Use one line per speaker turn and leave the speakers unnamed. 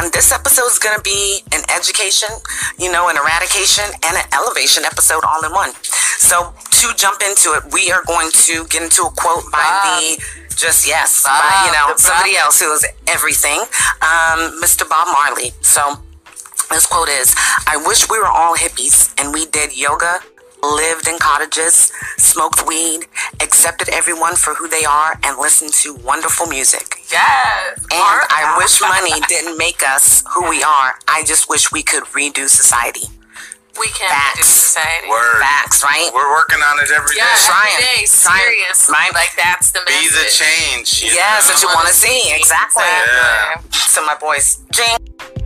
And this episode is going to be an education, you know, an eradication and an elevation episode all in one. So to jump into it, we are going to get into a quote by
Bob.
the just yes,
Bob,
by you know
the
somebody
prophet.
else who is everything, um, Mr. Bob Marley. So this quote is: "I wish we were all hippies and we did yoga." Lived in cottages, smoked weed, accepted everyone for who they are, and listened to wonderful music.
Yes.
And
Mark.
I wish money didn't make us who we are. I just wish we could redo society.
we can
Facts.
do society.
Word.
Facts, right?
We're working on it every day.
Yeah,
Trying.
every day,
Trying.
seriously.
Right.
Like that's the
Be
message.
the change. you
Yes,
know?
that you want to see. Exactly.
Yeah.
So my boys, Jing.